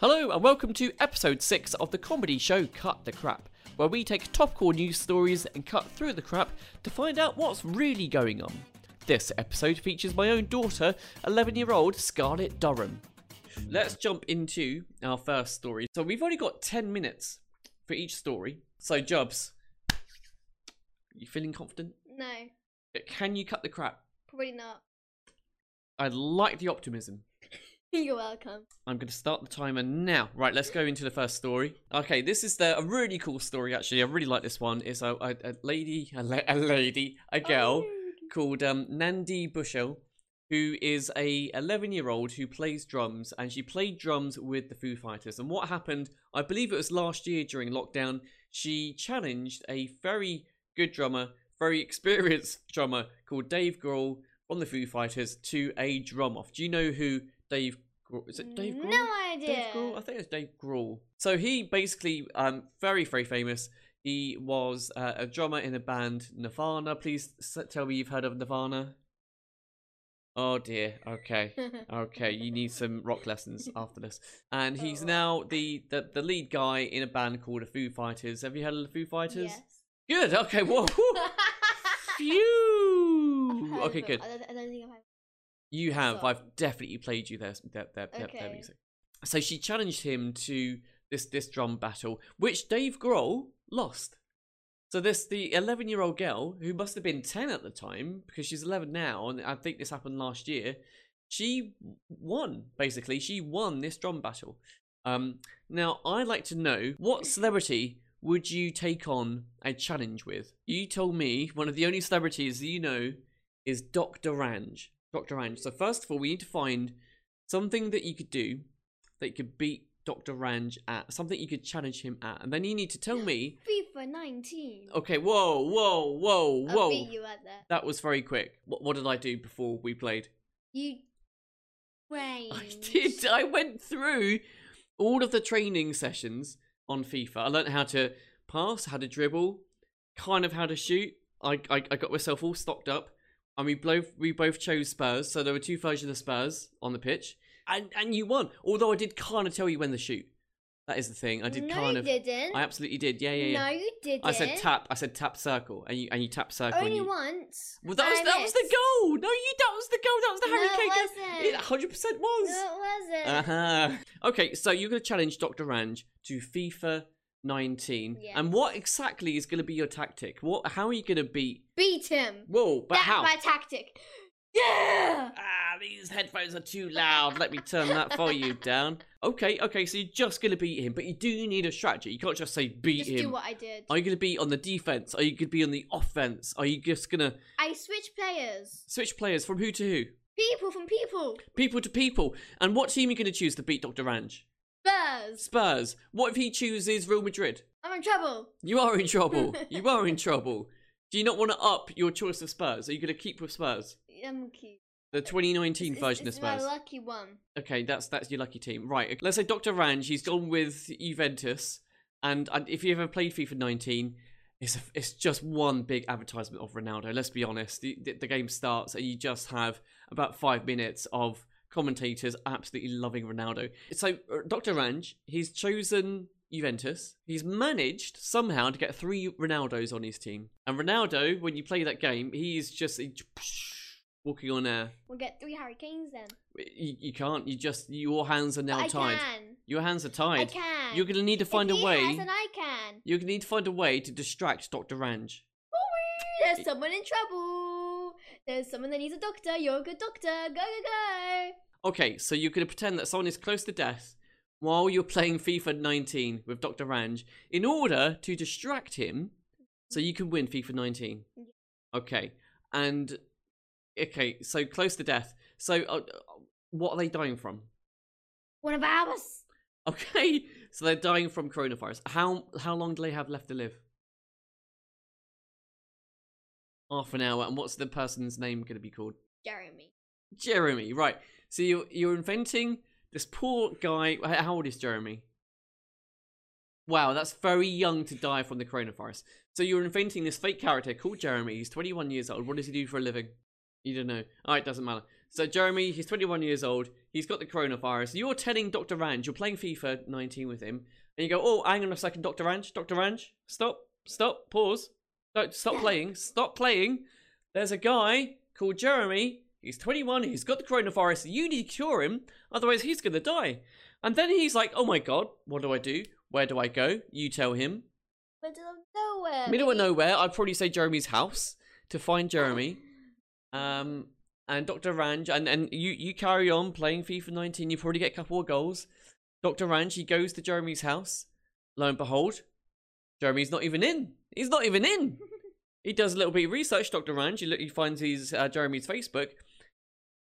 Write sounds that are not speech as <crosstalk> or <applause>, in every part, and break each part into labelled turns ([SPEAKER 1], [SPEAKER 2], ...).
[SPEAKER 1] Hello, and welcome to episode 6 of the comedy show Cut the Crap, where we take top core news stories and cut through the crap to find out what's really going on. This episode features my own daughter, 11 year old Scarlett Durham. Let's jump into our first story. So, we've only got 10 minutes for each story. So, Jubs, you feeling confident?
[SPEAKER 2] No,
[SPEAKER 1] Can you cut the crap?
[SPEAKER 2] probably not. <laughs>
[SPEAKER 1] I like the optimism.
[SPEAKER 2] You're welcome.
[SPEAKER 1] I'm going to start the timer now. Right, let's go into the first story. Okay, this is the, a really cool story, actually. I really like this one. It's a, a, a lady, a, la- a lady, a
[SPEAKER 2] Oh,
[SPEAKER 1] girl called um, Nandi Bushell, who is a 11 year old who plays drums, and she played drums with the Foo Fighters. And what happened? I believe it was last year during lockdown. She challenged a very good drummer, very <laughs> experienced drummer called Dave Grohl from the Foo Fighters to a drum off. Do you know who Dave? Grohl, is it Dave Grohl?
[SPEAKER 2] No idea.
[SPEAKER 1] Dave Grohl? I
[SPEAKER 2] <laughs>
[SPEAKER 1] think it's Dave Grohl. So he basically, um, very very famous. He was uh, a drummer in a band Nirvana. Please s- tell me you've heard of Nirvana. Oh dear. Okay. Okay. You need some rock
[SPEAKER 2] <laughs>
[SPEAKER 1] lessons after this. And he's
[SPEAKER 2] Oh.
[SPEAKER 1] now the, the the lead guy in a band called the Foo Fighters. Have you heard of the Foo Fighters?
[SPEAKER 2] Yes.
[SPEAKER 1] <laughs> Good. Okay.
[SPEAKER 2] <laughs>
[SPEAKER 1] Whoa. whew. Phew. Okay.
[SPEAKER 2] I've heard of it.
[SPEAKER 1] Good.
[SPEAKER 2] I don't, I don't think I've heard.
[SPEAKER 1] You have.
[SPEAKER 2] So-
[SPEAKER 1] I've definitely played you their their, their, their, their
[SPEAKER 2] Okay.
[SPEAKER 1] music. So she challenged him to this this drum battle, which Dave Grohl lost. So this the eleven year old girl who must have been ten at the time because she's eleven now, and I think this happened last year. She won basically. She won this drum battle. Um, now I'd like to know what celebrity would you take on a challenge with? You told me one of the only celebrities that you know is Dr. Range. Dr. Range. So first of all, we need to find something that you could do that you could beat Dr. Range at, something you could challenge him at, and then you need to tell me.
[SPEAKER 2] FIFA 19.
[SPEAKER 1] Okay, whoa, whoa, whoa,
[SPEAKER 2] I'll
[SPEAKER 1] whoa.
[SPEAKER 2] beat you at that.
[SPEAKER 1] That was very quick. What, what did I do before we played?
[SPEAKER 2] You range.
[SPEAKER 1] I did. I went through all of the training sessions on FIFA. I learned how to pass, how to dribble, kind of how to shoot. I, I, I got myself all stocked up, and we both we both chose Spurs. So there were two versions of Spurs on the pitch, and and you won. Although I did kind of tell you when to shoot. That is the thing. I did
[SPEAKER 2] no,
[SPEAKER 1] kind
[SPEAKER 2] you
[SPEAKER 1] of.
[SPEAKER 2] didn't.
[SPEAKER 1] I absolutely did. Yeah, yeah, yeah.
[SPEAKER 2] No, you didn't.
[SPEAKER 1] I said tap. I said tap circle, and you and you tap circle. and
[SPEAKER 2] Only
[SPEAKER 1] you,
[SPEAKER 2] once.
[SPEAKER 1] Well, that was
[SPEAKER 2] I
[SPEAKER 1] that was the
[SPEAKER 2] missed.
[SPEAKER 1] goal. No, you that was the goal. That was the
[SPEAKER 2] No,
[SPEAKER 1] Harry
[SPEAKER 2] it
[SPEAKER 1] Kane.
[SPEAKER 2] wasn't.
[SPEAKER 1] hundred percent was.
[SPEAKER 2] No, it wasn't.
[SPEAKER 1] Uh-huh. Okay, so you're going to challenge Dr. Range to FIFA 19. And
[SPEAKER 2] Yes.
[SPEAKER 1] what exactly is going to be your tactic? What? How are you going to beat?
[SPEAKER 2] Beat him.
[SPEAKER 1] Whoa, but
[SPEAKER 2] That's
[SPEAKER 1] how?
[SPEAKER 2] my tactic. Yeah.
[SPEAKER 1] Ah, these headphones are too loud. Let me turn that volume down. Okay, okay, so you're just going to beat him, but you do need a strategy. You can't just say beat
[SPEAKER 2] Just
[SPEAKER 1] him.
[SPEAKER 2] do what I did.
[SPEAKER 1] Are you going to be on the defense? Are you going to be on the offense? Are you just going to
[SPEAKER 2] I switch players.
[SPEAKER 1] switch players from who to who?
[SPEAKER 2] People from people.
[SPEAKER 1] People to people. And what team are you going to choose to beat Dr. Range?
[SPEAKER 2] Spurs.
[SPEAKER 1] Spurs. What if he chooses Real Madrid?
[SPEAKER 2] I'm in trouble.
[SPEAKER 1] You are in trouble. you are in trouble. Do you not want to up your choice of Spurs? Are you going to keep with Spurs?
[SPEAKER 2] I'm cute.
[SPEAKER 1] The 2019
[SPEAKER 2] It's-
[SPEAKER 1] version
[SPEAKER 2] it's,
[SPEAKER 1] of
[SPEAKER 2] it's my
[SPEAKER 1] Spurs.
[SPEAKER 2] lucky one.
[SPEAKER 1] okay, that's that's your lucky team. Right. okay, Let's say Dr. Range, he's gone with Juventus. And, and if you ever played FIFA 19, it's, a, it's just one big advertisement of Ronaldo. Let's be honest. The, the, the game starts and you just have about five minutes of commentators absolutely loving Ronaldo. So uh, Dr. Range, he's chosen Juventus. He's managed somehow to get three Ronaldos on his team. And Ronaldo, when you play that game, he's just he- walking on air.
[SPEAKER 2] We'll get three Harry Kanes then.
[SPEAKER 1] You, you can't. You just your hands are now
[SPEAKER 2] But I
[SPEAKER 1] tied.
[SPEAKER 2] can.
[SPEAKER 1] Your hands are
[SPEAKER 2] I
[SPEAKER 1] tied.
[SPEAKER 2] can.
[SPEAKER 1] You're gonna need to find
[SPEAKER 2] if
[SPEAKER 1] a
[SPEAKER 2] he
[SPEAKER 1] way.
[SPEAKER 2] Has, and I can.
[SPEAKER 1] You're gonna need to find a way to distract Doctor Range.
[SPEAKER 2] There's someone in trouble. There's someone that needs a doctor. You're a good doctor. Go, go, go.
[SPEAKER 1] Okay, so you're gonna pretend that someone is close to death while you're playing FIFA 19 with Doctor Range in order to distract him, so you can win FIFA 19.
[SPEAKER 2] Yeah.
[SPEAKER 1] Okay, and okay, so close to death. So uh, uh, what are they dying from?
[SPEAKER 2] One of ours.
[SPEAKER 1] Okay, so they're dying from coronavirus. How how long do they have left to live? Half an hour. And what's the person's name going to be called?
[SPEAKER 2] Jeremy.
[SPEAKER 1] Jeremy. Right. So you're you're inventing this poor guy. h- How old is Jeremy? Wow, that's very young to die from the coronavirus. So you're inventing this fake character called Jeremy. He's 21 years old. What does he do for a living? You don't know. All right, doesn't matter. So Jeremy, he's 21 years old. He's got the coronavirus. You're telling Dr. Range, you're playing FIFA 19 with him, and you go, "Oh, hang on a second, Dr. Range, Dr. Range, stop, stop, pause, don't stop playing, stop playing." There's a guy called Jeremy. He's 21. He's got the coronavirus. You need to cure him, otherwise he's gonna die. And then he's like, "Oh my god, what do I do? Where do I go?" You tell him.
[SPEAKER 2] Middle of nowhere.
[SPEAKER 1] Middle of
[SPEAKER 2] maybe.
[SPEAKER 1] nowhere. I'd probably say Jeremy's house to find Jeremy. Um, and Dr. Range, and, and you, you carry on playing FIFA 19, you probably get a couple of goals. Dr. Range, he goes to Jeremy's house. Lo and behold, Jeremy's not even in. He's not even in. he does a little bit of research, Dr. Range. He, look, he finds his uh, Jeremy's Facebook.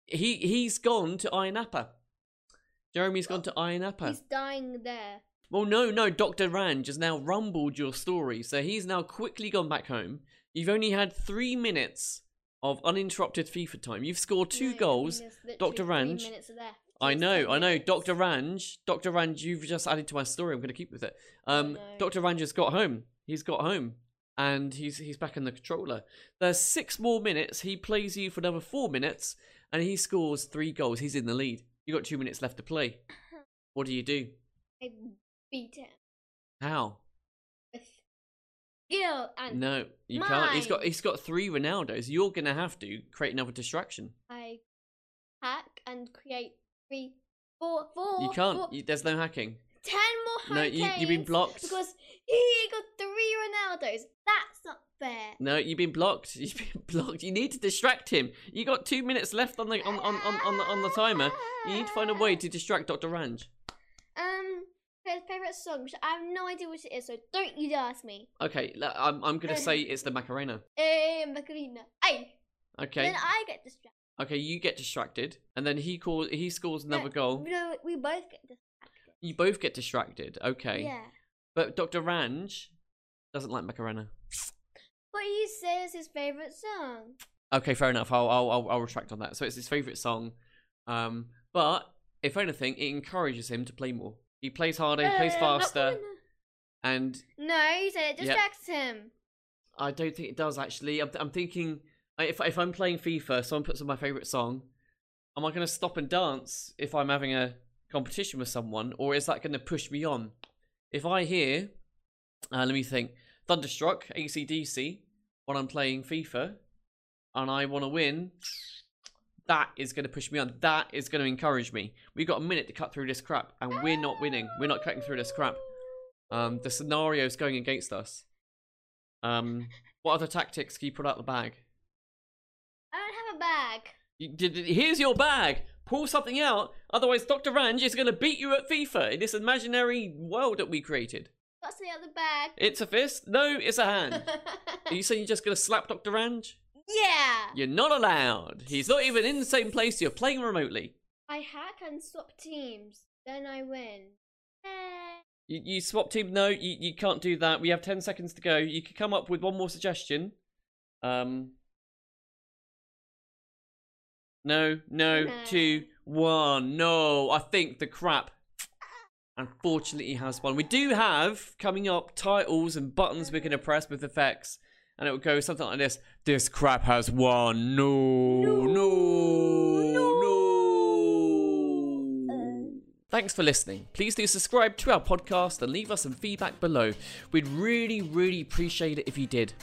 [SPEAKER 1] He, he's gone to Iron Appa. Jeremy's gone to Iron Appa.
[SPEAKER 2] <gasps> He's dying there.
[SPEAKER 1] Well, no, no. Dr. Range has now rumbled your story, so he's now quickly gone back home. You've only had three minutes of uninterrupted FIFA time. You've scored two
[SPEAKER 2] No, I mean,
[SPEAKER 1] goals.
[SPEAKER 2] there's literally
[SPEAKER 1] Dr.
[SPEAKER 2] three
[SPEAKER 1] Range-
[SPEAKER 2] minutes left.
[SPEAKER 1] I
[SPEAKER 2] Just
[SPEAKER 1] know,
[SPEAKER 2] ten
[SPEAKER 1] I know.
[SPEAKER 2] minutes.
[SPEAKER 1] Dr. Range, Dr. Range, you've just added to my story. I'm going to keep with it. Um,
[SPEAKER 2] no.
[SPEAKER 1] Dr. Range has got home. He's got home, and he's he's back in the controller. There's six more minutes. He plays you for another four minutes, and he scores three goals. He's in the lead. You have got two minutes left to
[SPEAKER 2] <coughs>
[SPEAKER 1] play. What do you do?
[SPEAKER 2] I beat him
[SPEAKER 1] How?
[SPEAKER 2] with skill and
[SPEAKER 1] No, you can't. He's got
[SPEAKER 2] mine.
[SPEAKER 1] he's got three Ronaldos. You're gonna have to create another distraction.
[SPEAKER 2] I hack and create three, four, four.
[SPEAKER 1] You can't.
[SPEAKER 2] four-
[SPEAKER 1] you- there's no hacking.
[SPEAKER 2] ten more
[SPEAKER 1] No,
[SPEAKER 2] hurricanes.
[SPEAKER 1] you you've been blocked.
[SPEAKER 2] because he got three Ronaldos. That's not fair.
[SPEAKER 1] No, you've been blocked. <laughs> You've been blocked. You need to distract him. You got two minutes left on the on on on, on the on the timer. You need to find a way to distract Doctor Range.
[SPEAKER 2] Um, his favorite song. which I have no idea which it is, so don't you ask me.
[SPEAKER 1] Okay, l- I'm I'm gonna say it's the Macarena.
[SPEAKER 2] Eh, Macarena. Hey.
[SPEAKER 1] Okay,
[SPEAKER 2] Then I get distracted.
[SPEAKER 1] okay, you get distracted, and then he calls. He scores another goal.
[SPEAKER 2] No, we both get distracted.
[SPEAKER 1] You both get distracted. Okay,
[SPEAKER 2] Yeah.
[SPEAKER 1] but Doctor Range doesn't like Macarena.
[SPEAKER 2] But he says his favorite song.
[SPEAKER 1] Okay, fair enough. I'll I'll I'll, I'll retract on that. So it's his favorite song, um, but if anything, it encourages him to play more. He plays harder, he plays
[SPEAKER 2] Eh,
[SPEAKER 1] faster,
[SPEAKER 2] Macarena.
[SPEAKER 1] and
[SPEAKER 2] No, he said it
[SPEAKER 1] Yeah.
[SPEAKER 2] distracts him.
[SPEAKER 1] I don't think it does actually. I'm, I'm thinking I- if if I'm playing FIFA, someone puts on my favorite song, am I going to stop and dance if I'm having a competition with someone, or is that going to push me on? If I hear, uh, let me think, Thunderstruck, ACDC, when I'm playing FIFA, and I want to win, that is going to push me on. That is going to encourage me. We've got a minute to cut through this crap, and we're not winning. We're not cutting through this crap. Um, the scenario's going against us. Um, what other tactics can you put out the bag?
[SPEAKER 2] I don't have a bag.
[SPEAKER 1] You- d- d- Here's your bag. Pull something out, otherwise Dr. Range is going to beat you at FIFA in this imaginary world that we created.
[SPEAKER 2] What's in the other bag?
[SPEAKER 1] It's a fist? No, it's a
[SPEAKER 2] <laughs>
[SPEAKER 1] hand. Are you saying you're just going to slap Dr. Range?
[SPEAKER 2] yeah.
[SPEAKER 1] You're not allowed. He's not even in the same place. You're playing remotely.
[SPEAKER 2] I hack and swap teams. Then I win. Yay.
[SPEAKER 1] You, you swap team. No, you, you can't do that. We have 10 seconds to go. You could come up with one more suggestion. Um. No, no,
[SPEAKER 2] No.
[SPEAKER 1] two, one. No, I think the crap. Unfortunately, has one. We do have coming up titles and buttons we can press with effects, and it will go something like this: "This crap has won." No, no, no. Thanks for listening. Please do subscribe to our podcast and leave us some feedback below. We'd really, really appreciate it if you did.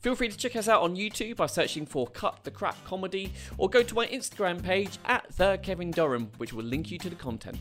[SPEAKER 1] Feel free to check us out on YouTube by searching for Cut the Crap Comedy or go to my Instagram page at the Kevin Durham, which will link you to the content.